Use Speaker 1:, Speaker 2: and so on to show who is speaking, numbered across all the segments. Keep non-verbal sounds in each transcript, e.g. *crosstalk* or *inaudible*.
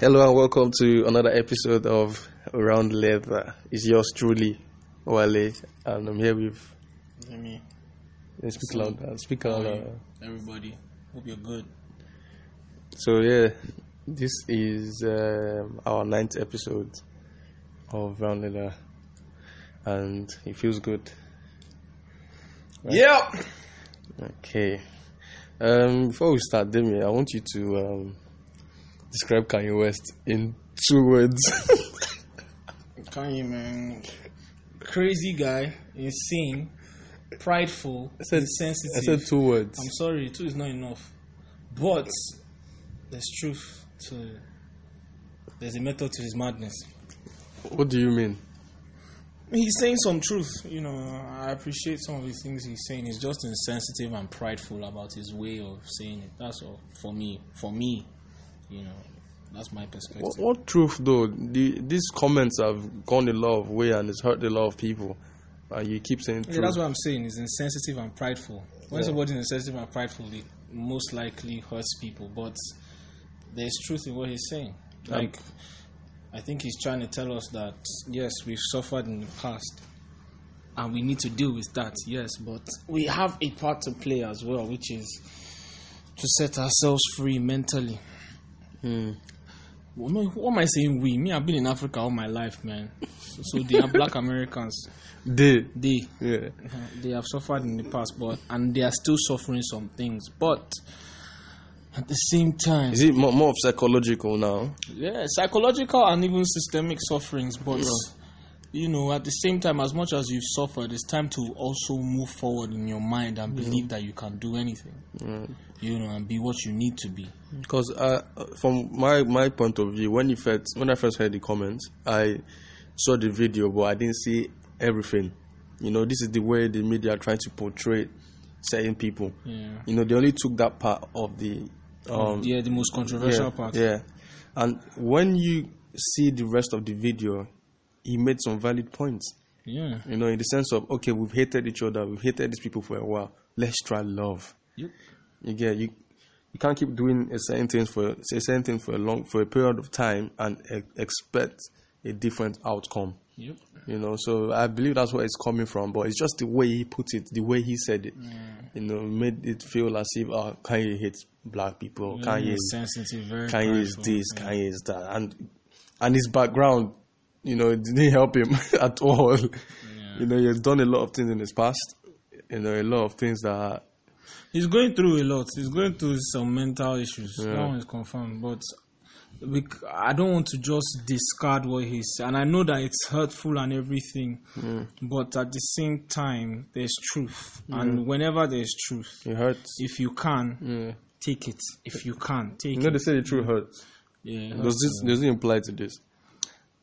Speaker 1: Hello and welcome to another episode of Around Leather. It's yours truly, Wale, and I'm here with.
Speaker 2: Let me,
Speaker 1: yeah, Speak louder. Speak
Speaker 2: how are
Speaker 1: louder.
Speaker 2: you? everybody. Hope you're good.
Speaker 1: So yeah, this is um, our ninth episode of Around Leather, and it feels good.
Speaker 2: Yep.
Speaker 1: Okay. Um, before we start, Demi, I want you to um, describe Kanye West in two words.
Speaker 2: Kanye man, crazy guy, insane, prideful,
Speaker 1: said- I
Speaker 2: insensitive.
Speaker 1: said two words.
Speaker 2: I'm sorry, two is not enough. But there's truth to. There's a method to his madness.
Speaker 1: What do you mean?
Speaker 2: He's saying some truth, you know. I appreciate some of the things he's saying. He's just insensitive and prideful about his way of saying it. That's all for me. For me, you know, that's my perspective.
Speaker 1: What, what truth though? The, these comments have gone a lot of way and it's hurt a lot of people. And you keep saying
Speaker 2: Yeah,
Speaker 1: truth.
Speaker 2: that's what I'm saying. Is insensitive and prideful. When
Speaker 1: Yeah.
Speaker 2: somebody's insensitive and prideful, it most likely hurts people. But there's truth in what he's saying. Like, I think he's trying to tell us that yes, we've suffered in the past, and we need to deal with that. Yes, but we have a part to play as well, which is to set ourselves free mentally.
Speaker 1: Hmm.
Speaker 2: Well, no, what am I saying? We, me, I've been in Africa all my life, man. So, so they are black Americans.
Speaker 1: They,
Speaker 2: They.
Speaker 1: yeah.
Speaker 2: Uh, they have suffered in the past, but and they are still suffering some things. But at the same time,
Speaker 1: Is it more, more of psychological now?
Speaker 2: yeah, psychological and even systemic sufferings. But you know, at the same time, as much as you've suffered, it's time to also move forward in your mind and believe that you can do anything.
Speaker 1: Hmm.
Speaker 2: You know, and be what you need to be.
Speaker 1: Because uh, from my, my point of view, when you first when I first heard the comments, I saw the video, but I didn't see everything. You know, this is the way the media are trying to portray certain people.
Speaker 2: Yeah,
Speaker 1: You know, they only took that part of the um,
Speaker 2: yeah, the most controversial
Speaker 1: yeah,
Speaker 2: part.
Speaker 1: Yeah. And when you see the rest of the video, he made some valid points.
Speaker 2: yeah.
Speaker 1: You know, in the sense of okay, we've hated each other, we've hated these people for a while. Let's try love.
Speaker 2: Yep.
Speaker 1: You get you you can't keep doing a certain thing for a certain thing for a long for a period of time and e- expect a different outcome.
Speaker 2: Yep.
Speaker 1: You know, so I believe that's where it's coming from, but it's just the way he put it, the way he said it. You know, made it feel as if oh, Kanye hates black people,
Speaker 2: Very
Speaker 1: Kanye
Speaker 2: sensitive, very
Speaker 1: Kanye is
Speaker 2: prideful.
Speaker 1: this, Kanye is that, and and his background, you know, *laughs* it didn't help him at all.
Speaker 2: Yeah.
Speaker 1: You know, he has done a lot of things in his past. You know, a lot of things that are
Speaker 2: He's going through a lot. He's going through some mental issues.
Speaker 1: Yeah.
Speaker 2: That one is confirmed. But we, c- I don't want to just discard what he's. And I know that it's hurtful and everything. But at the same time, there's truth. And whenever there's truth,
Speaker 1: it hurts.
Speaker 2: if you can,
Speaker 1: Yeah.
Speaker 2: take it. If you can, take
Speaker 1: You know,
Speaker 2: it.
Speaker 1: they say the truth hurts.
Speaker 2: Yeah,
Speaker 1: Does this does it imply to this?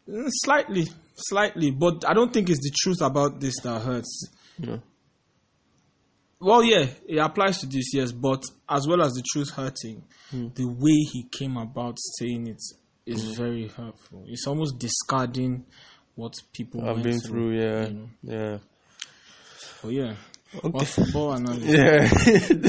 Speaker 2: Mm, Slightly, slightly, but I don't think it's the truth about this that hurts.
Speaker 1: Yeah.
Speaker 2: Well, yeah, it applies to this, yes, but as well as the truth hurting,
Speaker 1: Hmm.
Speaker 2: the way he came about saying it is very hurtful. It's almost discarding what people
Speaker 1: I've
Speaker 2: went
Speaker 1: been through, yeah,
Speaker 2: you know.
Speaker 1: yeah,
Speaker 2: But yeah, Well, football analysis.
Speaker 1: *laughs* yeah.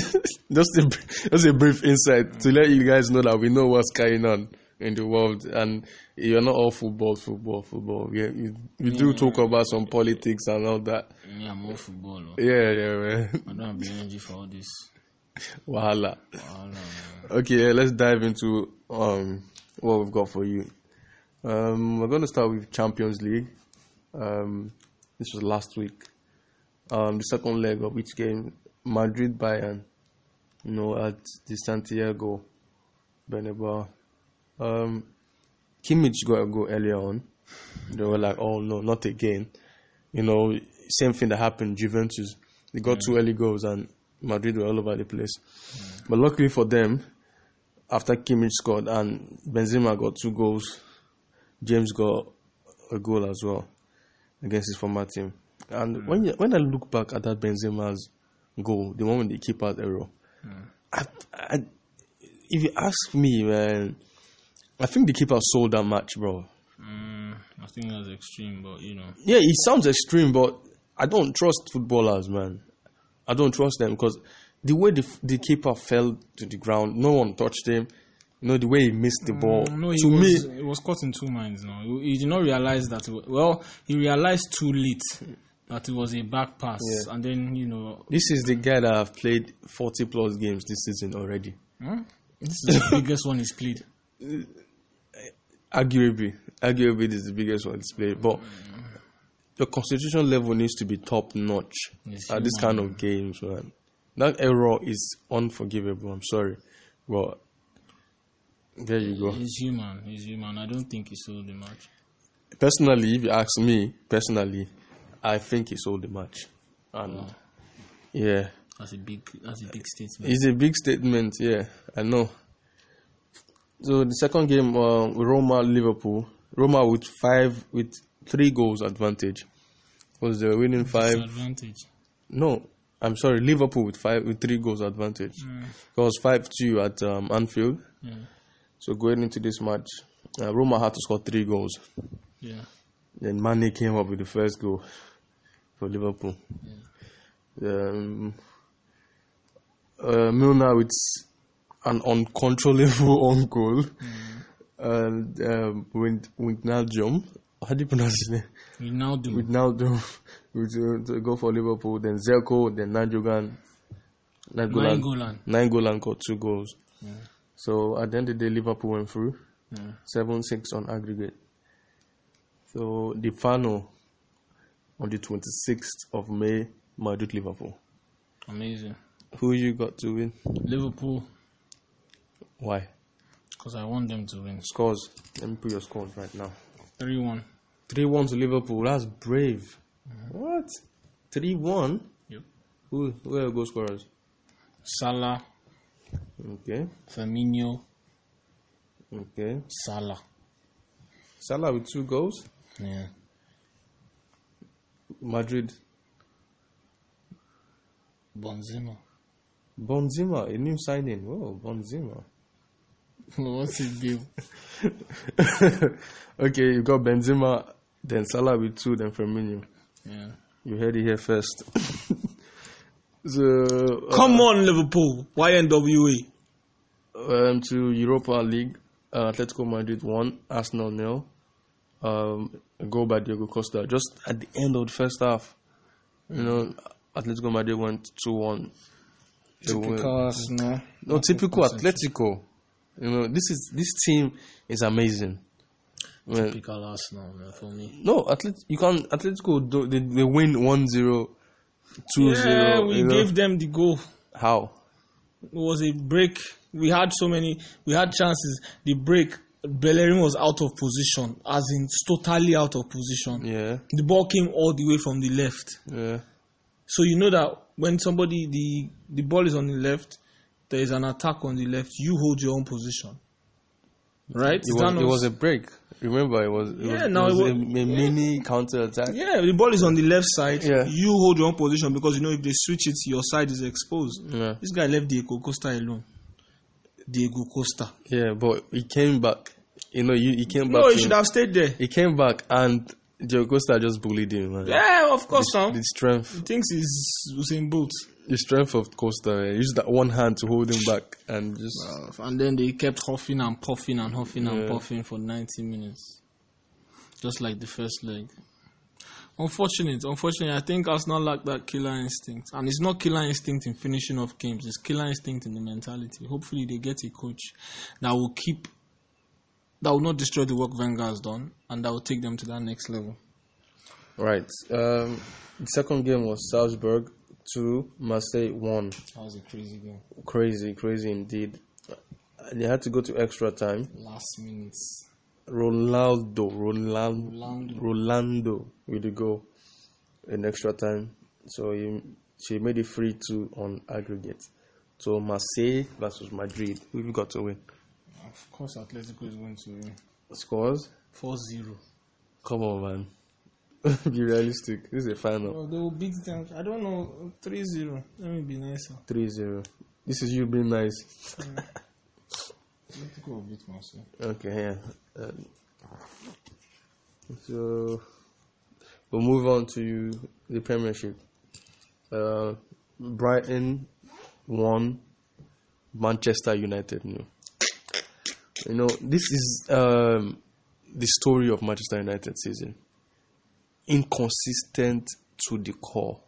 Speaker 1: just a br- just a brief insight to let you guys know that we know what's going on in the world, and you're not all football, football, football. Yeah, you, you do talk about some politics and all that.
Speaker 2: Me, I'm all football. oh.
Speaker 1: Yeah, yeah, man.
Speaker 2: I don't have the energy for all this.
Speaker 1: *laughs* Wahala.
Speaker 2: Wahala, man.
Speaker 1: Okay, yeah, let's dive into um what we've got for you. Um, we're going to start with Champions League. Um, this was last week. Um, the second leg of which game, Madrid Bayern, you know, at the Santiago Bernabeu. Um, Kimmich got a goal earlier on. They were like, "Oh no, not again!" You know, same thing that happened Juventus. They got two early goals and Madrid were all over the place. But luckily for them, after Kimmich scored and Benzema got two goals, James got a goal as well against his former team. And
Speaker 2: Hmm.
Speaker 1: when you, when I look back at that Benzema's goal, the one with the keeper's error,
Speaker 2: Hmm.
Speaker 1: I, I, if you ask me, man, I think the keeper sold that match, bro.
Speaker 2: Mm, I think that's extreme, but you know.
Speaker 1: Yeah, it sounds extreme, but I don't trust footballers, man. I don't trust them because the way the, the keeper fell to the ground, no one touched him. You know the way he missed the ball.
Speaker 2: Mm, No, he
Speaker 1: to
Speaker 2: was,
Speaker 1: me,
Speaker 2: it was caught in two minds. No, he, he did not realize that. it wa- Well, he realized too late that it was a back pass,
Speaker 1: Yeah.
Speaker 2: and then you
Speaker 1: *laughs*
Speaker 2: know,
Speaker 1: this is the guy that have played forty plus games this season already.
Speaker 2: hmm? this is the biggest one he's played.
Speaker 1: Arguably, arguably, this is the biggest one displayed. But the constitution level needs to be top notch
Speaker 2: Yes,
Speaker 1: at
Speaker 2: you
Speaker 1: this kind of games, man. That error is unforgivable. I'm sorry, but there you go.
Speaker 2: He's human. He's human. I don't think he sold the match.
Speaker 1: Personally, if you ask me, personally, I think he sold the match, and
Speaker 2: Wow.
Speaker 1: yeah.
Speaker 2: That's a big. That's a big statement.
Speaker 1: It's a big statement, yeah, I know. So the second game, uh, Roma Liverpool. Roma with five with three goals advantage. Was they were winning five?
Speaker 2: Disadvantage.
Speaker 1: No, I'm sorry, Liverpool with five with three goals advantage. It was five two at um, Anfield.
Speaker 2: Yeah.
Speaker 1: So going into this match, uh, Roma had to score three goals.
Speaker 2: Yeah.
Speaker 1: Then Mane came up with the first goal for Liverpool. Um, uh, Milner with an uncontrollable *laughs* own goal. And um, with Wijnaldum, how do you pronounce his name?
Speaker 2: We now do.
Speaker 1: Wijnaldum *laughs* with uh, to go for Liverpool. Then Zelko, then Nangolan.
Speaker 2: Nainggolan.
Speaker 1: Nangolan got two goals.
Speaker 2: Yeah.
Speaker 1: So at the end of the day, Liverpool went through
Speaker 2: Yeah.
Speaker 1: seven six on aggregate. So the final on the twenty sixth of May, Madrid Liverpool.
Speaker 2: Amazing.
Speaker 1: Who you got to win?
Speaker 2: Liverpool,
Speaker 1: Why?
Speaker 2: because I want them to win.
Speaker 1: Scores. Let me put your scores right now.
Speaker 2: Three one.
Speaker 1: Three one to Liverpool. That's brave. What? Three one.
Speaker 2: Yep.
Speaker 1: Who who are your goal scorers?
Speaker 2: Salah,
Speaker 1: Okay.
Speaker 2: Firmino,
Speaker 1: Okay.
Speaker 2: Salah.
Speaker 1: Salah with two goals.
Speaker 2: Yeah.
Speaker 1: Madrid.
Speaker 2: *laughs* Bonzema.
Speaker 1: Bonzima, a new signing. Whoa, Bonzima.
Speaker 2: What's his deal?
Speaker 1: *laughs* okay, you got Benzema, then Salah with two, then Firmino.
Speaker 2: Yeah.
Speaker 1: You heard it here *laughs* first. so uh,
Speaker 3: Come on, Liverpool. YNWA.
Speaker 1: um, to Europa League, uh, Atletico Madrid one, Arsenal nil. Um, a goal by Diego Costa just at the end of the first half. You know, Atletico Madrid went two one.
Speaker 2: Arsenal.
Speaker 1: No typical Atletico. You know, this is this team is amazing. Well,
Speaker 2: Typical Arsenal, man, for me.
Speaker 1: No, Atlet- you can Atletico do, they, they win 1-0, 2-0.
Speaker 3: Yeah, we
Speaker 1: you know.
Speaker 3: gave them the goal.
Speaker 1: how?
Speaker 3: It was a break. We had so many. We had chances. The break. Bellerin was out of position, as in totally out of position.
Speaker 1: Yeah,
Speaker 3: The ball came all the way from the left.
Speaker 1: yeah,
Speaker 3: So you know that when somebody the the ball is on the left, there is an attack on the left. You hold your own position, right?
Speaker 1: it was, it was a break. Remember, it was it was,
Speaker 3: Yeah, no,
Speaker 1: it
Speaker 3: it
Speaker 1: was
Speaker 3: was-
Speaker 1: a, a mini counter attack.
Speaker 3: yeah, the ball is on the left side.
Speaker 1: Yeah.
Speaker 3: You hold your own position because you know if they switch it, your side is exposed.
Speaker 1: Yeah.
Speaker 3: This guy left Diego Costa alone. Diego Costa.
Speaker 1: yeah, but he came back. You know, you he came back.
Speaker 3: No, he
Speaker 1: to-
Speaker 3: should have stayed there.
Speaker 1: He came back, and Diego Costa just bullied him. Man.
Speaker 3: Yeah, of course, now.
Speaker 1: The
Speaker 3: He
Speaker 1: strength,
Speaker 3: thinks he's Usain Bolt.
Speaker 1: the strength of Costa. Man. Use that one hand to hold him back, and just
Speaker 2: Uh, and then they kept huffing and puffing and huffing
Speaker 1: Yeah.
Speaker 2: and puffing for 90 minutes. Just like the first leg. Unfortunate, unfortunately, I think Arsenal lack that killer instinct. And it's not killer instinct in finishing off games, it's killer instinct in the mentality. Hopefully, they get a coach that will keep, that will not destroy the work Wenger has done, and that will take them to that next level.
Speaker 1: right. Um, the second game was Salzburg two, Marseille one.
Speaker 2: That was a crazy game.
Speaker 1: crazy, crazy indeed. They had to go to extra time.
Speaker 2: Last minute.
Speaker 1: Ronaldo, Ronaldo,
Speaker 2: Rolando.
Speaker 1: Rolando with the goal in extra time. So he, she made it three two on aggregate. So Marseille versus Madrid, we've got to win.
Speaker 2: Of course, Atletico is going to win.
Speaker 1: Scores?
Speaker 2: 4 0.
Speaker 1: Come on, man. *laughs* Be realistic. This is a final.
Speaker 2: Well, they will beat them. I don't know. 3 0. Let me be nicer.
Speaker 1: Three zero. This is you being nice.
Speaker 2: Let's go beat myself.
Speaker 1: Okay, yeah. Um, so we'll move on to the Premiership. Uh, Brighton won. Manchester United no. You know, this is um, the story of Manchester United season. Inconsistent to the core,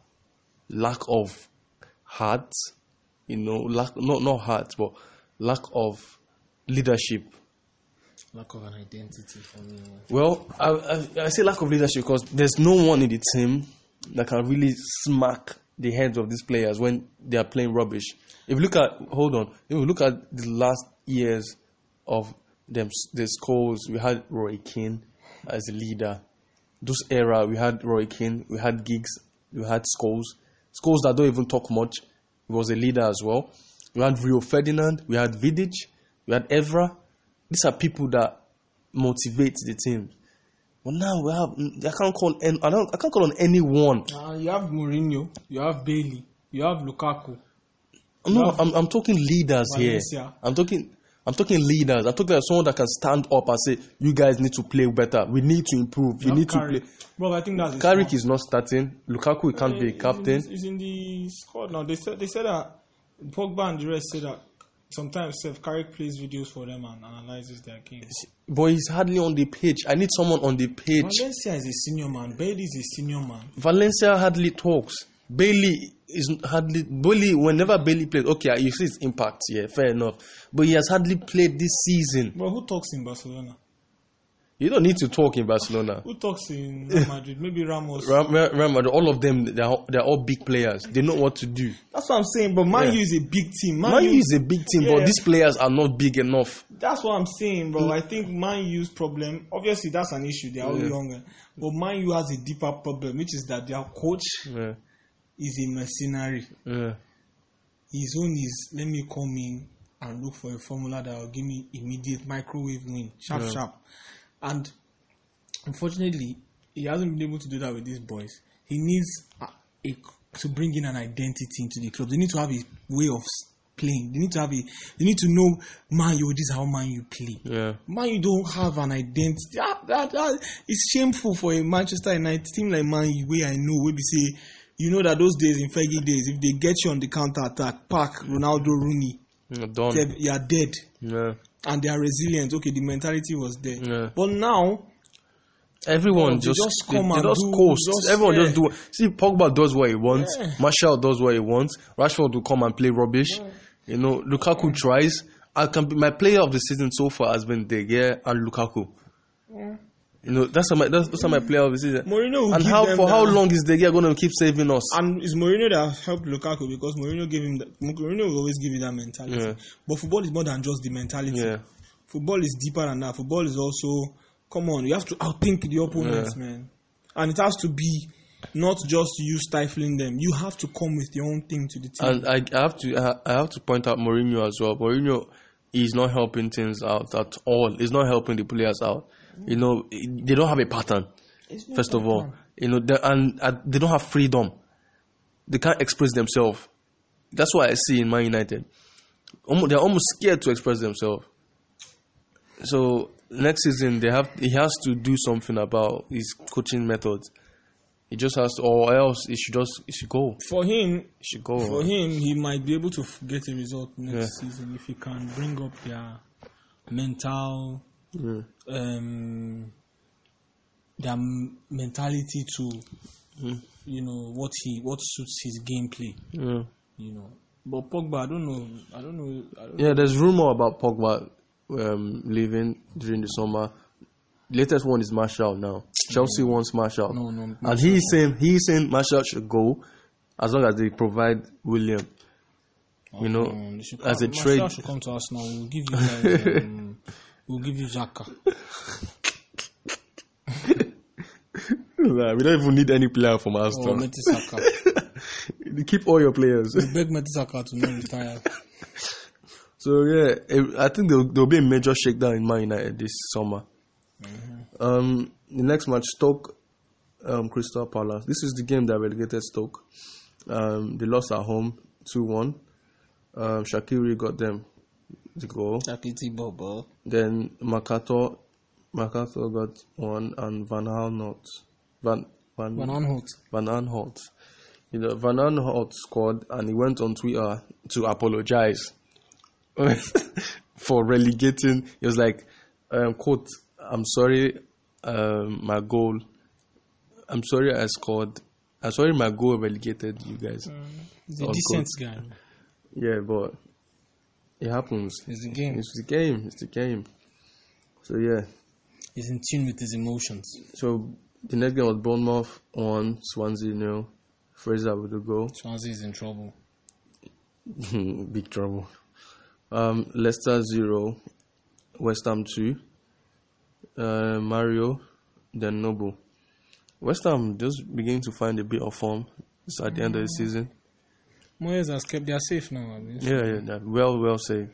Speaker 1: lack of heart, you know, lack not not heart, but lack of leadership.
Speaker 4: Lack of an identity for me.
Speaker 1: Well, I, I, I say lack of leadership because there's no one in the team that can really smack the heads of these players when they are playing rubbish. If you look at, hold on, if you look at the last years of them, the scores, we had Roy Keane as a leader. Those era, we had Roy Keane, we had Giggs, we had Scholes. Scholes that don't even talk much, he was a leader as well. We had Rio Ferdinand, we had Vidic, we had Evra. These are people that motivate the team. But now we have, I can't call, an- I don't, I can't call on anyone
Speaker 2: Uh, you have Mourinho, you have Bailey, you have Lukaku.
Speaker 1: No,
Speaker 2: No.
Speaker 1: I'm, I'm talking leaders here.
Speaker 2: Valencia.
Speaker 1: I'm talking I'm talking leaders. I'm talking about someone that can stand up and say, "You guys need to play better. We need to improve. You
Speaker 2: you
Speaker 1: need
Speaker 2: have Carrick.
Speaker 1: to play."
Speaker 2: Bro, I think that's a
Speaker 1: Carrick
Speaker 2: squad.
Speaker 1: is not starting. Lukaku he can't be a
Speaker 2: He's in
Speaker 1: captain.
Speaker 2: the- He's in the squad now. They said they said that Pogba and the rest said that sometimes Seth Carrick plays videos for them and analyzes their games.
Speaker 1: But he's hardly on the pitch. I need someone on the pitch.
Speaker 2: Valencia is a senior man. Bailey is a senior man.
Speaker 1: Valencia hardly talks. Bailey is hardly Bailey. Whenever Bailey plays, okay, you see his impact. Yeah, fair enough. But he has hardly played this season.
Speaker 2: Bro, who talks in Barcelona?
Speaker 1: You don't need to talk in Barcelona.
Speaker 2: Who talks
Speaker 1: *laughs*
Speaker 2: in Real Madrid? Maybe Ramos.
Speaker 1: Ram, Ram, Ram- all of them, they're, they're all big players. They know what to do.
Speaker 2: That's what I'm saying. But Man
Speaker 1: Yeah.
Speaker 2: U is a big team. Man,
Speaker 1: Man
Speaker 2: U,
Speaker 1: U is a big team, but
Speaker 2: Yeah.
Speaker 1: these players are not big enough.
Speaker 2: that's what I'm saying, bro. I think Man U's problem. Obviously, that's an issue. They are all
Speaker 1: Mm. Yeah.
Speaker 2: younger, but Man U has a deeper problem, which is that their coach
Speaker 1: Yeah,
Speaker 2: is a mercenary.
Speaker 1: yeah.
Speaker 2: His own is let me come in and look for a formula that will give me immediate microwave win, sharp, sharp. And unfortunately, he hasn't been able to do that with these boys. He needs a, a- to bring in an identity into the club. They need to have a way of s- playing. They need to have a. They need to know man, you. This is how man you play.
Speaker 1: Yeah.
Speaker 2: Man, you don't have an identity. Ah, that, that, it's shameful for a Manchester United team like Man U, where I know, where we say, you know that those days in Fergie days, if they get you on the counter attack, Park, Ronaldo, Rooney,
Speaker 1: Yeah, Done.
Speaker 2: they- you are dead.
Speaker 1: Yeah.
Speaker 2: And they are resilient. Okay, the mentality was there.
Speaker 1: Yeah.
Speaker 2: But now,
Speaker 1: Everyone
Speaker 2: They
Speaker 1: just,
Speaker 2: just
Speaker 1: they,
Speaker 2: come
Speaker 1: they
Speaker 2: and
Speaker 1: just
Speaker 2: do-
Speaker 1: coast.
Speaker 2: just-
Speaker 1: Everyone
Speaker 2: yeah.
Speaker 1: just do. See, Pogba does what he wants.
Speaker 2: Yeah.
Speaker 1: Marshall does what he wants. Rashford will come and play rubbish. You know, Lukaku tries. I can be, my player of the season so far has been De Gea and Lukaku. You know, that's my that's, those are my player of the season.
Speaker 2: Mourinho will
Speaker 1: and
Speaker 2: give
Speaker 1: how
Speaker 2: them
Speaker 1: for how
Speaker 2: that-
Speaker 1: long is De Gea going to keep saving us?
Speaker 2: and it's Mourinho that helped Lukaku because Mourinho gave him that, Mourinho will always give you that mentality.
Speaker 1: Yeah.
Speaker 2: But football is more than just the mentality.
Speaker 1: yeah.
Speaker 2: football is deeper than that. Football is also come on, you have to outthink the opponents, man. And it has to be not just you stifling them. You have to come with your own thing to the team.
Speaker 1: And I, I have to I- I have to point out Mourinho as well. Mourinho is not helping things out at all. He's not helping the players out. You know, they don't have a pattern.
Speaker 2: It's not
Speaker 1: First of
Speaker 2: that
Speaker 1: all,
Speaker 2: one.
Speaker 1: you know, they, and uh, they don't have freedom. They can't express themselves. That's what I see in Man United. Almo- they're almost scared to express themselves. So next season they have he has to do something about his coaching methods. He just has to, or else he should just he should go.
Speaker 2: for him,
Speaker 1: He should go.
Speaker 2: for him, he might be able to f- get a result next
Speaker 1: Yeah.
Speaker 2: season if he can bring up their mental,
Speaker 1: Yeah.
Speaker 2: um, their m- mentality to,
Speaker 1: Mm.
Speaker 2: you know, what he what suits his gameplay.
Speaker 1: Yeah.
Speaker 2: You know, but Pogba, I don't know, I don't know, I don't
Speaker 1: Yeah, there's rumor about Pogba um, leaving during the summer. Latest one is Marshall now. Chelsea wants Marshall,
Speaker 2: No, no,
Speaker 1: and he's saying he's saying Marshall should go as long as they provide William. You know,
Speaker 4: Um, they should
Speaker 1: as a
Speaker 4: come-
Speaker 1: trade.
Speaker 4: Martial should come to us now. We'll give you guys, um, we'll give you Zaka.
Speaker 1: Nah, we don't even need any player from
Speaker 4: or
Speaker 1: Aston.
Speaker 4: Metisaka.
Speaker 1: *laughs* Keep all your players.
Speaker 4: We beg Metisaka to not retire.
Speaker 1: *laughs* so yeah, eh, I think there'll, there'll be a major shakedown in Man United this summer. Um, the next match, Stoke, um, Crystal Palace. This is the game that relegated Stoke. Um, they lost at home two one. Um, Shakiri got them the goal.
Speaker 4: Chakiti Bobo.
Speaker 1: Then Makato, Makato got one, and Van Aanholt, Van Van
Speaker 4: Van Aanholt.
Speaker 1: Van Aanholt. You know, Van Aanholt scored, and he went on Twitter to apologize. *laughs* for relegating. He was like, um, "quote I'm sorry, um, my goal. I'm sorry I scored. I'm sorry my goal relegated you guys.
Speaker 2: He's a
Speaker 1: Of
Speaker 2: decent guy.
Speaker 1: Yeah, but it happens.
Speaker 2: He's the game.
Speaker 1: It's the game. It's the game. So yeah.
Speaker 2: He's in tune with his emotions.
Speaker 1: So the next game was Bournemouth one, Swansea nil. Fraser with the goal.
Speaker 2: Swansea is in trouble.
Speaker 1: *laughs* Big trouble. Um, Leicester zero, West Ham two. Uh, Mario, then Noble. West Ham just beginning to find a bit of form. It's at the end of the season.
Speaker 2: Moyes has kept. They are safe now. Abi.
Speaker 1: Yeah, yeah, yeah. well, well said.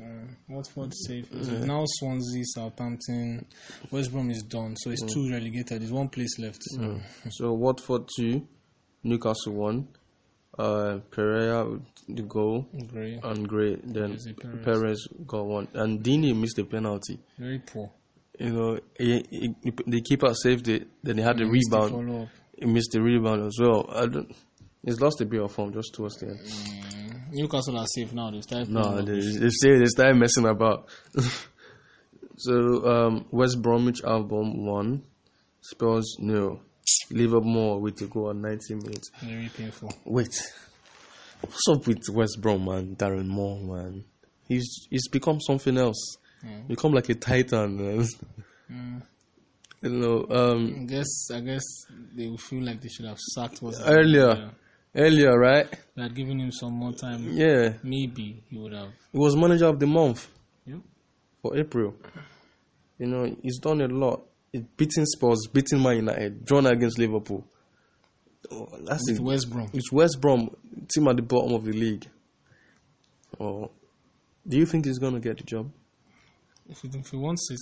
Speaker 2: Uh, Watford safe. Is it Now Swansea, Southampton, West Brom is done, so
Speaker 1: Mm.
Speaker 2: it's two relegated. There's one place left. So.
Speaker 1: So Watford two, Newcastle one. Uh, Pereira with the goal
Speaker 2: Grey.
Speaker 1: and Gray. Then
Speaker 2: Jose Perez.
Speaker 1: Perez got one, and Dini missed the penalty.
Speaker 2: Very poor.
Speaker 1: You know, he, he, the keeper saved it. Then he had the
Speaker 2: Missed the
Speaker 1: rebound.
Speaker 2: follow-up.
Speaker 1: he missed the rebound as well. I don't, he's lost a bit of form just towards the end.
Speaker 2: Newcastle are safe now. They started.
Speaker 1: No,
Speaker 2: playing
Speaker 1: they,
Speaker 2: rubbish.
Speaker 1: they say they started messing about. *laughs* so um, West Bromwich Albion won, Spurs nil. Livermore with a goal at 90 minutes.
Speaker 2: very painful.
Speaker 1: Wait, what's up with West Brom man? Darren Moore man, he's he's become something else.
Speaker 2: Mm.
Speaker 1: Become like a titan. Man. *laughs*
Speaker 2: Mm.
Speaker 1: You know, um,
Speaker 2: I guess I guess they will feel like they should have sacked was
Speaker 1: Earlier. earlier right?
Speaker 2: They had given him some more time.
Speaker 1: Yeah,
Speaker 2: Maybe he would have.
Speaker 1: he was manager of the month.
Speaker 2: Yeah.
Speaker 1: for April. You know, he's done a lot. He's beating Spurs, beating Man United, drawn against Liverpool. Oh, that's
Speaker 2: With
Speaker 1: it.
Speaker 2: West Brom.
Speaker 1: It's West Brom, team at the bottom of the league. Oh, do you think he's going to get the job?
Speaker 2: If he, if he wants it,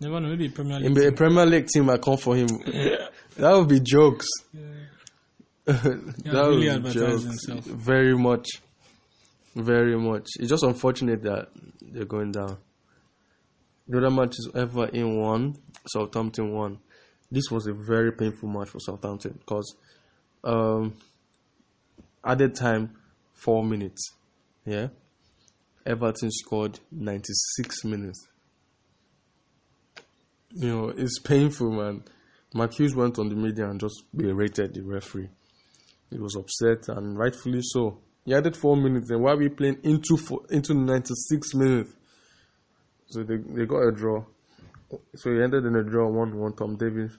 Speaker 2: never know. Maybe Premier
Speaker 1: In
Speaker 2: League.
Speaker 1: the Premier League team, I come for him. that would be jokes.
Speaker 2: Yeah.
Speaker 1: that
Speaker 2: really
Speaker 1: would be
Speaker 2: advertised
Speaker 1: jokes.
Speaker 2: himself.
Speaker 1: Very much. Very much. It's just unfortunate that they're going down. The other match is ever in one, Southampton won. This was a very painful match for Southampton because um, added time, four minutes. Yeah. Everton scored 96 minutes. You know, it's painful, man. Marquise went on the media and just berated the referee. He was upset and rightfully so. He added four minutes, and why are we playing into four, into 96 minutes? So they, they got a draw. So he ended in a draw 1 1 Tom Davis.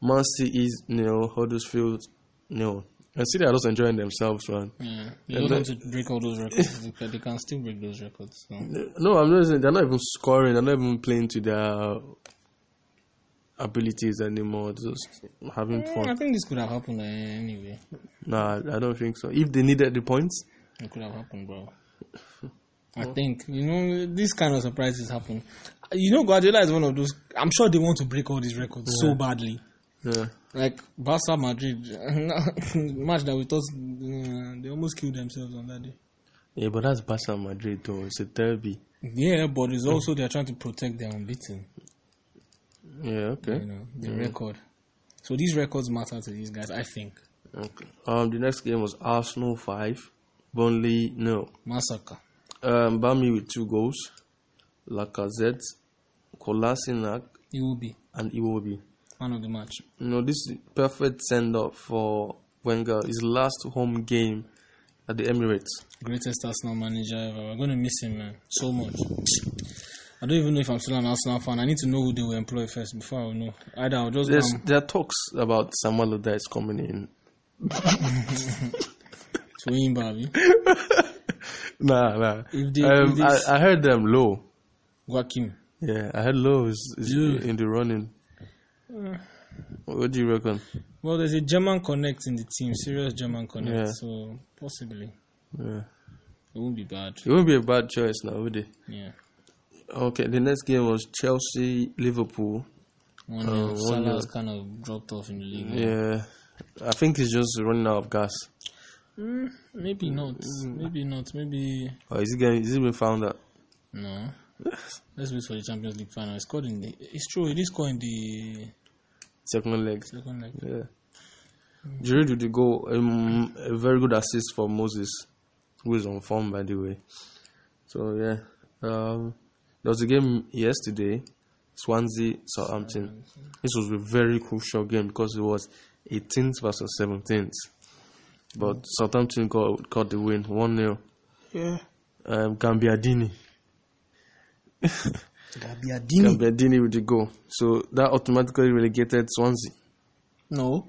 Speaker 1: Man City is nil, Huddersfield nil. And City are just enjoying themselves, man.
Speaker 2: Yeah, they
Speaker 1: And
Speaker 2: don't want to break all those records, but they can still break those records. So.
Speaker 1: No, I'm not saying they're not even scoring, they're not even playing to their abilities anymore, just having
Speaker 2: I
Speaker 1: fun.
Speaker 2: think this could have happened uh, anyway.
Speaker 1: Nah, I don't think so. If they needed the points,
Speaker 2: It could have happened, bro. I think you know these kind of surprises happen. You know, Guardiola is one of those. I'm sure they want to break all these records so badly.
Speaker 1: yeah.
Speaker 2: Like Barca Madrid *laughs* match that we thought uh, they almost killed themselves on that day.
Speaker 1: Yeah, but that's Barca Madrid though. It's a derby.
Speaker 2: Yeah, but it's also they're trying to protect their unbeaten,
Speaker 1: Yeah, okay.
Speaker 2: you know, the record. So these records matter to these guys, I think.
Speaker 1: okay. Um, the next game was Arsenal five, Burnley no.
Speaker 2: Massacre.
Speaker 1: Um, Bami with two goals, Lacazette, Kolasinac,
Speaker 2: It will be
Speaker 1: and Iwobi.
Speaker 2: man of the match.
Speaker 1: You know, this is perfect send up for Wenger. His last home game at the Emirates.
Speaker 2: Greatest Arsenal manager ever. We're gonna miss him, man, so much. I don't even know if I'm still an Arsenal fan. I need to know who they will employ first before I will know. Either I'll just
Speaker 1: There's,
Speaker 2: um,
Speaker 1: there are talks about Samuel Lodai is coming in.
Speaker 2: to him, Bobby.
Speaker 1: Nah, nah.
Speaker 2: If they- if
Speaker 1: um,
Speaker 2: they-
Speaker 1: I, I heard them low.
Speaker 2: Joaquim.
Speaker 1: Yeah, I heard low is, is
Speaker 2: Yeah.
Speaker 1: in the running. What do you reckon?
Speaker 2: Well, there's a German connect in the team, serious German connect.
Speaker 1: Yeah.
Speaker 2: So possibly
Speaker 1: Yeah.
Speaker 2: it won't be bad.
Speaker 1: It won't be a bad choice now, would it?
Speaker 2: Yeah.
Speaker 1: Okay, the next game was Chelsea Liverpool.
Speaker 2: One Mm.
Speaker 1: Uh,
Speaker 2: nil.
Speaker 1: one
Speaker 2: Salah
Speaker 1: nil.
Speaker 2: has kind of dropped off in the league.
Speaker 1: Yeah, I think he's just running out of gas.
Speaker 2: Mm, maybe not. Maybe not. Maybe
Speaker 1: Or is he getting? Is he being found out?
Speaker 2: no. Let's wait for the Champions League final. It's called in the. It's true. It is called in the
Speaker 1: Second leg.
Speaker 2: second leg.
Speaker 1: Yeah. Giroud with the goal, um, a very good assist for Moses, who is on form by the way. So yeah, Um, there was a game yesterday, Swansea Southampton. This was a very crucial game because it was 18th versus 17th. But Southampton got got the win, one 0
Speaker 3: Yeah.
Speaker 1: Um, Gambiadini,
Speaker 2: Hmm.
Speaker 3: Gabiadini.
Speaker 1: Gambiadini with the goal. So that automatically relegated Swansea.
Speaker 2: No,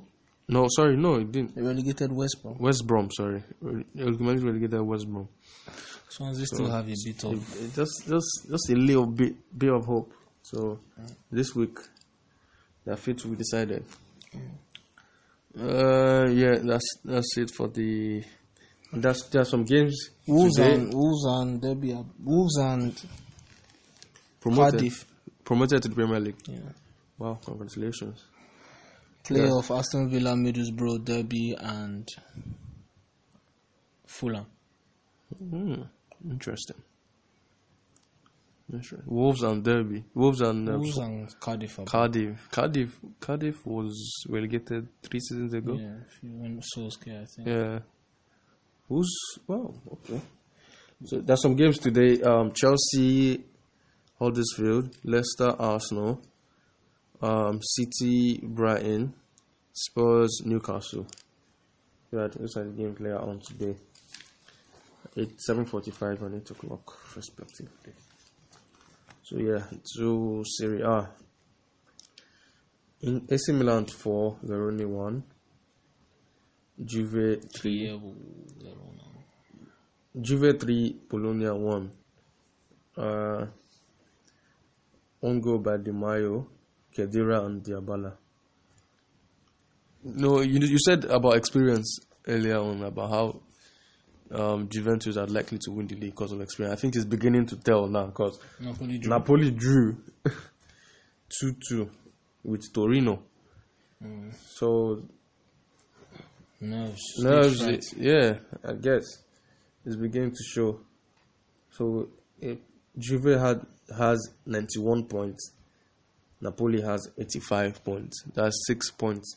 Speaker 1: No, sorry, no, it didn't.
Speaker 2: they relegated West Brom.
Speaker 1: West Brom, sorry, Re- automatically relegated West Brom.
Speaker 2: Swansea still have a bit of.
Speaker 1: It- just just just a little bit bit of hope. So this week their fate will be decided. Uh yeah, that's that's it for the that's there are some games
Speaker 2: Wolves
Speaker 1: today
Speaker 2: and Wolves and Derby. Are, Wolves and
Speaker 1: promoted
Speaker 2: Cardiff.
Speaker 1: promoted to the Premier League.
Speaker 2: yeah,
Speaker 1: Wow, congratulations.
Speaker 2: playoff Aston Villa, Middlesbrough, Derby and Fulham.
Speaker 1: Hmm, interesting. Interesting. Wolves and Derby. Wolves and uh,
Speaker 2: Wolves and Cardiff. Are
Speaker 1: Cardiff. Cardiff Cardiff was relegated three seasons ago.
Speaker 2: yeah, if you win Solskjaer, I think.
Speaker 1: Yeah. Who's wow, okay. So there's some games today. Um Chelsea, Huddersfield, Leicester, Arsenal, um City, Brighton, Spurs, Newcastle. Right, those are the games later on today. It's seven forty five and eight o'clock respectively. So yeah, to Serie A. In AC Milan four, Verona one. Juve three.
Speaker 2: Yeah, well, they're all now.
Speaker 1: Juve 3, Bologna 1. Uh, on goal by Di Maio, Kedira, and Diabala. No, you you said about experience earlier on about how um, Juventus are likely to win the league because of experience. I think it's beginning to tell now because
Speaker 2: Napoli drew.
Speaker 1: Napoli drew *laughs* 2 2 with Torino. Mm. So
Speaker 2: nerves.
Speaker 1: nerves,
Speaker 2: Stage
Speaker 1: it- yeah, I guess it's beginning to show. So it, Juve had has ninety one points, Napoli has eighty five points. That's six points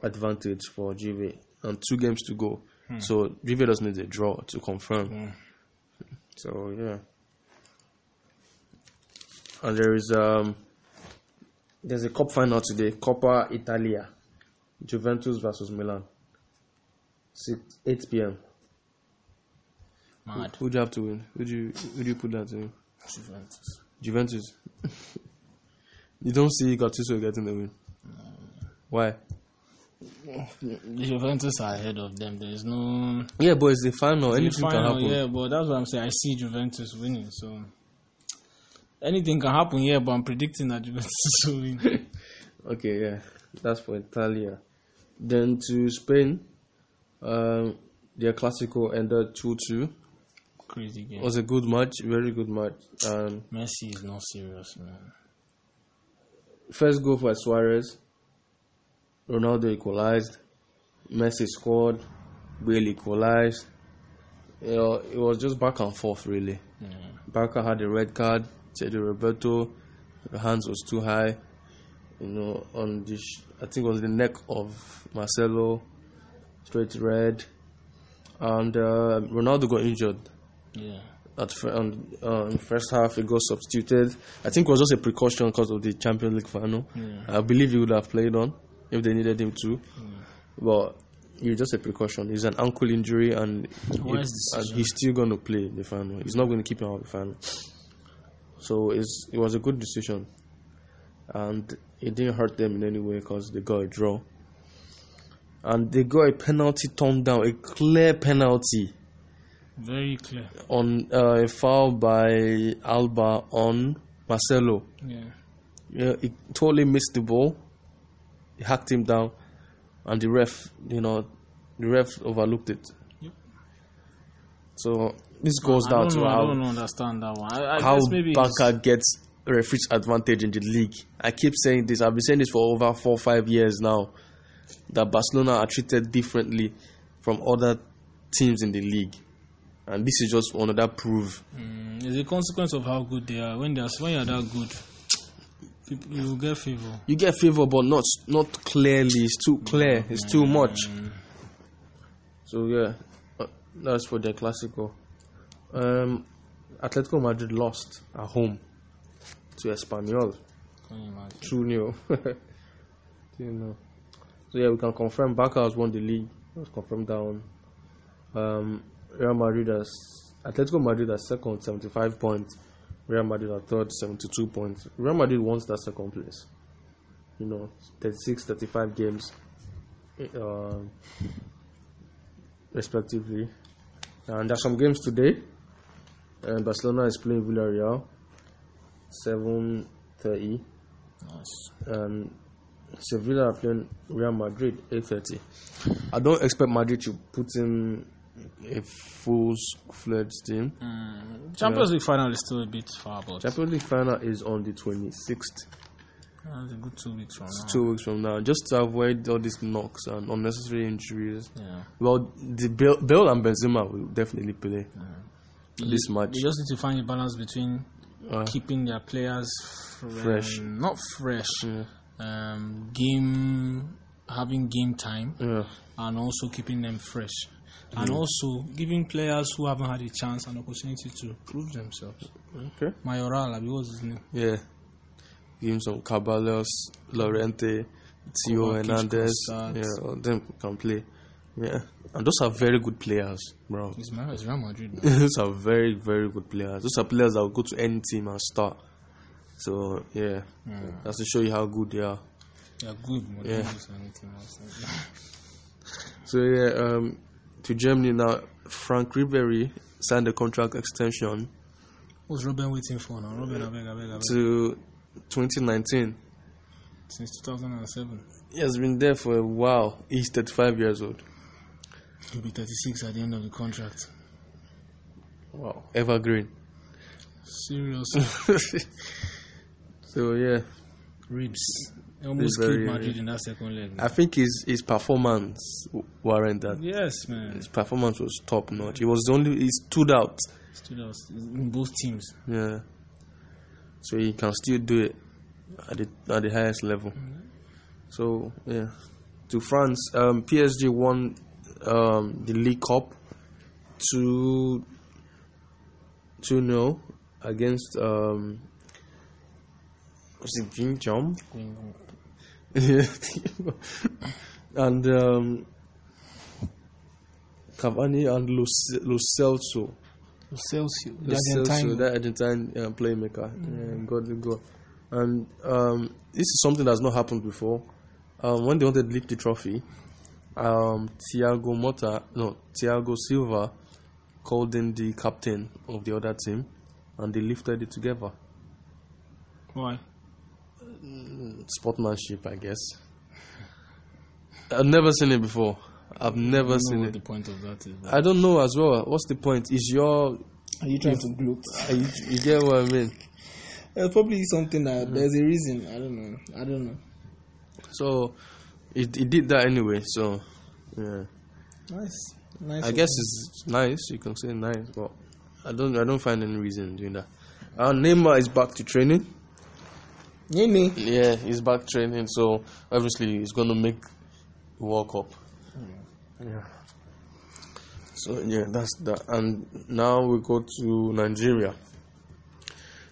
Speaker 1: advantage for Juve and two games to go. So Juve does need a draw to confirm. So yeah, and there is um there's a cup final today, Coppa Italia, Juventus versus Milan. 6, 8 p.m.
Speaker 2: right. Mad.
Speaker 1: Who'd you have to win? Would you would you put that in?
Speaker 2: Juventus.
Speaker 1: Juventus. *laughs* you don't see Gattuso getting the win. Why?
Speaker 2: Juventus are ahead of them. There is no
Speaker 1: Yeah, but it's the final.
Speaker 2: The
Speaker 1: Anything
Speaker 2: final,
Speaker 1: can happen.
Speaker 2: Yeah, but that's what I'm saying. I see Juventus winning, so anything can happen. Yeah, but I'm predicting that Juventus *laughs* will win.
Speaker 1: *laughs* Okay, yeah, that's for Italia. Then to Spain, um, their Clasico ended two-two.
Speaker 2: Crazy game.
Speaker 1: It was a good match, very good match. Um,
Speaker 2: Messi is not serious, man.
Speaker 1: first goal for Suarez. Ronaldo equalized. Messi scored. Bale equalized. You know, it was just back and forth really.
Speaker 2: Yeah.
Speaker 1: Barca had a red card. Sergio Roberto, the hands was too high. You know, on the sh- I think it was the neck of Marcelo, straight red, and uh, Ronaldo got injured
Speaker 2: Yeah.
Speaker 1: at fir- on, uh, in first half he got substituted. I think it was just a precaution because of the Champions League final.
Speaker 2: Yeah.
Speaker 1: I believe he would have played on if they needed him to, but it's just a precaution. It's an ankle injury, and,
Speaker 2: Wise
Speaker 1: and
Speaker 2: decision.
Speaker 1: he's still going to play the final. He's not going to keep him out of the final. So it's, it was a good decision, and it didn't hurt them in any way because they got a draw. And they got a penalty turned down, a clear penalty
Speaker 2: Very clear.
Speaker 1: on uh, a foul by Alba on Marcelo.
Speaker 2: Yeah.
Speaker 1: Yeah, he totally missed the ball. He hacked him down, and the ref, you know, the ref overlooked it.
Speaker 2: Yep.
Speaker 1: So this goes
Speaker 2: I
Speaker 1: down
Speaker 2: don't,
Speaker 1: to
Speaker 2: know, I don't
Speaker 1: how
Speaker 2: understand that one. I, I
Speaker 1: how
Speaker 2: guess maybe it's-
Speaker 1: Barca gets referee's advantage in the league. I keep saying this. I've been saying this for over four five years now. That Barcelona are treated differently from other teams in the league, and this is just another proof.
Speaker 2: Mm, it's a consequence of how good they are. When they are when you're that good, people, you will get favor.
Speaker 1: you get favor, but not not clearly. It's too clear. It's too much. So yeah, uh, that's for the classical. Um, Atletico Madrid lost at home to Espanyol
Speaker 2: Can you imagine?
Speaker 1: 2 *laughs* 0. So, yeah, we can confirm Barca has won the league. Let's confirm down. Um, Real Madrid has Atletico Madrid are second, 75 points. Real Madrid are third, 72 points. Real Madrid wants that second place. You know, 36, 35 games, uh, respectively. And there's some games today. And Barcelona is playing Villarreal, 7:30
Speaker 2: Nice.
Speaker 1: um, Sevilla are playing Real Madrid eight thirty. I don't expect Madrid to put in a full fledged team.
Speaker 2: Mm, Champions League final is still a bit far, but
Speaker 1: Champions League final is on the twenty sixth.
Speaker 2: that's a good two weeks from now.
Speaker 1: Two weeks from now, just to avoid all these knocks and unnecessary injuries.
Speaker 2: Yeah.
Speaker 1: Well, the Bale, Bale and Benzema will definitely play this match.
Speaker 2: They just need to find a balance between
Speaker 1: Uh,
Speaker 2: keeping their players fre-
Speaker 1: Fresh.
Speaker 2: not fresh,
Speaker 1: yeah,
Speaker 2: um, game having game time,
Speaker 1: yeah,
Speaker 2: and also keeping them fresh,
Speaker 1: Mm.
Speaker 2: and also giving players who haven't had a chance an opportunity to prove themselves.
Speaker 1: okay,
Speaker 2: Mayoral, Abi, what's his name?
Speaker 1: yeah. Give him some Caballos, Lorente, Tio
Speaker 2: Kovacic,
Speaker 1: Hernandez.
Speaker 2: Kostas.
Speaker 1: Yeah, all them can play. Yeah, and those are very good players, bro. *laughs*
Speaker 2: He's Mar- he's Real Madrid. man.
Speaker 1: those are very, very good players. Those are players that will go to any team and start. So yeah,
Speaker 2: Mm.
Speaker 1: that's to show you how good they are.
Speaker 2: They are good. more than
Speaker 1: Yeah.
Speaker 2: most anything else.
Speaker 1: So yeah, um, to Germany now. Frank Ribery signed a contract extension
Speaker 2: What's Robin waiting for now? Robin, I beg, I beg, I beg.
Speaker 1: to 2019.
Speaker 2: Since 2007,
Speaker 1: He has been there for a while. He's 35 years old.
Speaker 2: he'll be 36 at the end of the contract.
Speaker 1: Wow, evergreen. *laughs*
Speaker 2: Seriously.
Speaker 1: so yeah,
Speaker 2: Ribs. Almost
Speaker 1: very
Speaker 2: killed Madrid
Speaker 1: ribs.
Speaker 2: in that second leg. man.
Speaker 1: I think his his performance w- warrant that.
Speaker 2: Yes, man.
Speaker 1: His performance was top notch. He was the only he stood out.
Speaker 2: Stood out in both teams.
Speaker 1: Yeah. So he can still do it at the at the highest level. So yeah, to France, um, PSG won um, the League Cup two two nil against um, was it Vincom? *laughs* Yeah. and um, Cavani and Lo Celso,
Speaker 2: Celsius.
Speaker 1: Lo Celso, that Argentine uh, playmaker, yeah, got the goal. And um, this is something that's not happened before. Um, when they wanted to lift the trophy, um, Thiago Mota, no, Thiago Silva called in the captain of the other team, and they lifted it together.
Speaker 2: Why?
Speaker 1: Sportsmanship, I guess. I've never seen it before. I've never
Speaker 2: I don't
Speaker 1: seen
Speaker 2: know
Speaker 1: it.
Speaker 2: what the point of that is. but-
Speaker 1: I don't know as well. What's the point? Is your
Speaker 3: Are you trying to gloat?
Speaker 1: you, you get what I mean?
Speaker 3: There's probably something
Speaker 2: Hmm.
Speaker 3: that there's a reason. I don't know. I don't know.
Speaker 1: So it it did that anyway. So yeah,
Speaker 3: Nice. Nice.
Speaker 1: I guess it's nice. You can say nice, but I don't I don't find any reason in doing that. Our Neymar is back to training.
Speaker 3: Nene.
Speaker 1: Yeah, he's back training. So obviously he's gonna make World Cup. Yeah. So yeah, that's that. And now we go to Nigeria.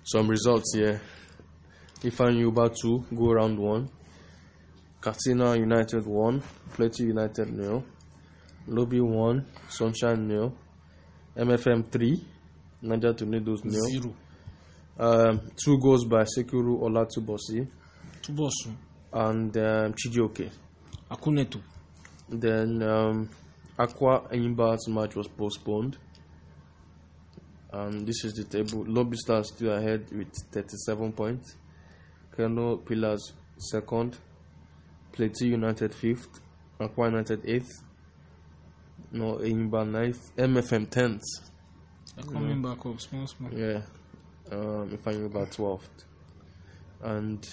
Speaker 1: Some results here. Ifan Yuba two go round one. Katina United one. Plateau United nil. Lobby one. Sunshine nil. MFM three. Niger Tornadoes nil.
Speaker 2: Zero.
Speaker 1: Um, two goals by Sekuru Olatubosi
Speaker 2: Two balls.
Speaker 1: and um, Chijioke.
Speaker 2: Akuneto.
Speaker 1: Then um, Aqua Enyimba's match was postponed. And this is the table. Lobby Stars still ahead with 37 points. Kano Pillars second. Plateau United fifth. Aqua United eighth. No, Enyimba ninth. MFM tenth.
Speaker 2: They're coming back up. Small, small.
Speaker 1: Yeah. Um, if I knew about 12th. And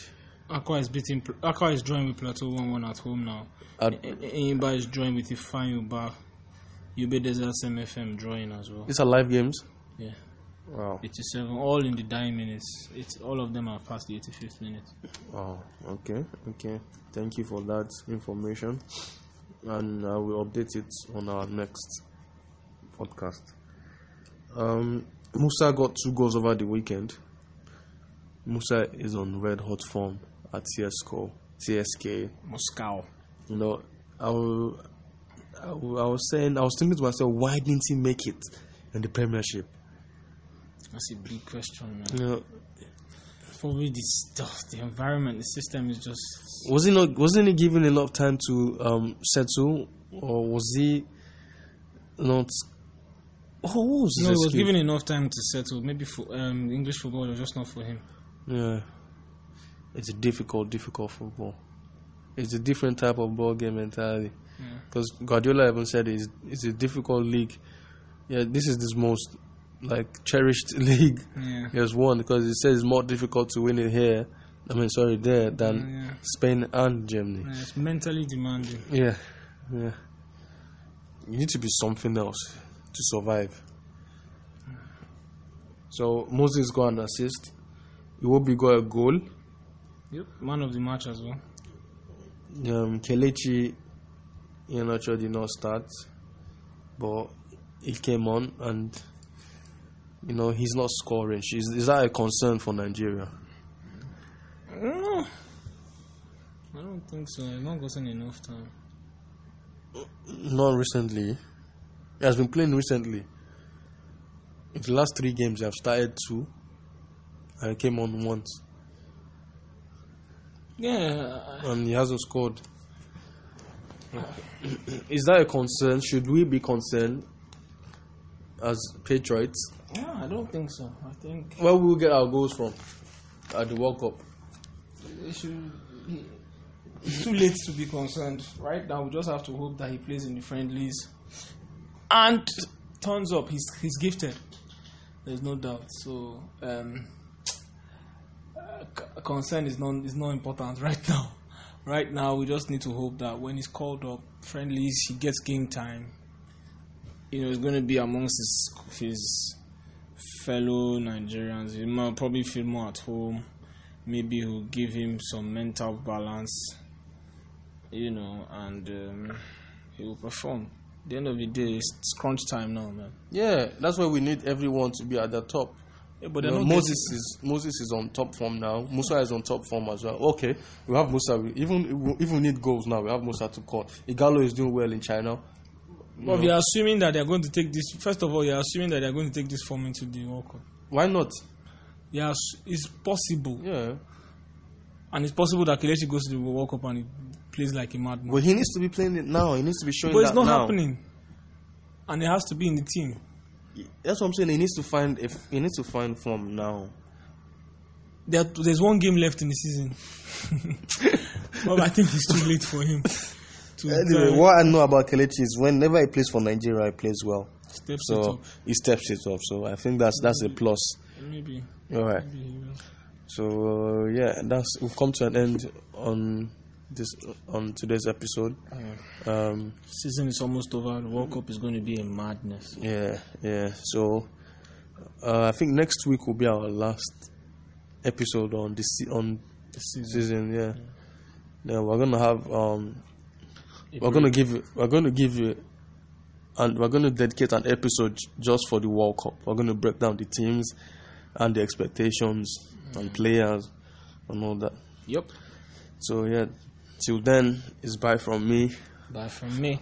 Speaker 2: Aqua is beating. Pl- Aqua is drawing with Plateau 1 1 at home now. E,
Speaker 1: at
Speaker 2: Imba is drawing with Ifan Yuba. Yube Deserts MFM drawing as well.
Speaker 1: these are live games.
Speaker 2: Yeah.
Speaker 1: Wow.
Speaker 2: 87. All in the dying minutes. It's All of them are past the 85th minute.
Speaker 1: Oh, okay, okay. Thank you for that information, and I will update it on our next podcast. Um, Musa got two goals over the weekend. Musa is on red hot form at CSKO, CSK.
Speaker 2: Moscow.
Speaker 1: You know, I, will, I, will- I was saying, I was thinking to myself, why didn't he make it in the Premiership?
Speaker 2: That's a big question, man.
Speaker 1: You know,
Speaker 2: Probably this, the environment, the system is just.
Speaker 1: was he not? Wasn't he given enough time to um, settle, or was he not? Oh, what was his
Speaker 2: No, he was
Speaker 1: excuse?
Speaker 2: given enough time to settle. Maybe for um, English football was just not for him.
Speaker 1: Yeah, it's a difficult, difficult football. It's a different type of ball game entirely.
Speaker 2: Yeah.
Speaker 1: Because Guardiola even said it's it's a difficult league. Yeah, this is his most like cherished *laughs* league
Speaker 2: Yeah.
Speaker 1: he has won because it says it's more difficult to win it here. I mean, sorry, there than
Speaker 2: Mm, Yeah.
Speaker 1: Spain and Germany.
Speaker 2: Yeah, it's mentally demanding.
Speaker 1: Yeah, yeah. You need to be something else to survive. So Moses got an assist. Iwobi got a goal.
Speaker 2: Yep. Man of the match as well.
Speaker 1: Um, Kelechi Iheanacho did not start, but he came on and you know he's not scoring. Is, is that a concern for Nigeria?
Speaker 2: Mm. I don't think so. He's not gotten enough time.
Speaker 1: Not recently. He has been playing recently. In the last three games, I've started two, and he came on once,
Speaker 2: Yeah.
Speaker 1: and Um, he hasn't scored. *clears throat* Is that a concern? Should we be concerned as patriots?
Speaker 2: Yeah, I don't think so. I think
Speaker 1: Where will we get our goals from at the World Cup?
Speaker 2: it should. he- It's too late to be concerned. Right now, we just have to hope that he plays in the friendlies and turns up. He's he's gifted. There's no doubt. So, um, uh, c- concern is not is not important *laughs* right now. Right now, we just need to hope that when he's called up, friendlies, he gets game time. You know, he's going to be amongst his his fellow Nigerians. He might probably feel more at home maybe he'll give him some mental balance, you know, and um, he will perform. At the end of the day, it's it's crunch time now, man.
Speaker 1: Yeah, that's why we need everyone to be at the top.
Speaker 2: but
Speaker 1: You know, Moses is Moses is on top form now. Musa is on top form as well. Okay, we have Musa. We even we even need goals now. We have Musa to call. Igalo is doing well in China.
Speaker 2: But you're assuming that they're going to take this. First of all, you're assuming that they're going to take this form into the World Cup.
Speaker 1: Why not?
Speaker 2: Yes, it's possible,
Speaker 1: Yeah,
Speaker 2: and it's possible that Kelechi goes to the World Cup and he plays like a madman.
Speaker 1: but he needs to be playing it now. He needs to be showing.
Speaker 2: But it's
Speaker 1: that
Speaker 2: not
Speaker 1: now.
Speaker 2: happening, and it has to be in the team.
Speaker 1: That's what I'm saying. He needs to find if he needs to find form now.
Speaker 2: There, there's one game left in the season. *laughs* well, I think it's too late for him. To
Speaker 1: Anyway,
Speaker 2: try-
Speaker 1: what I know about Kelechi is whenever he plays for Nigeria, he plays well.
Speaker 2: steps it
Speaker 1: So
Speaker 2: up.
Speaker 1: he steps it up. So I think that's that's a plus.
Speaker 2: Maybe,
Speaker 1: All right.
Speaker 2: maybe he will.
Speaker 1: So uh, yeah, that's we've come to an end on this on today's episode. Um,
Speaker 2: Season is almost over. The World Cup is going to be a madness.
Speaker 1: yeah, yeah. So uh, I think next week will be our last episode on this se- on
Speaker 2: This season.
Speaker 1: season. Yeah. Yeah, we're gonna have um,
Speaker 2: A
Speaker 1: we're gonna give you- we're gonna give you and we're gonna dedicate an episode j- just for the World Cup. We're gonna break down the teams and the expectations and players and all that.
Speaker 2: Yep.
Speaker 1: So yeah, till then, it's bye from me.
Speaker 2: Bye from me.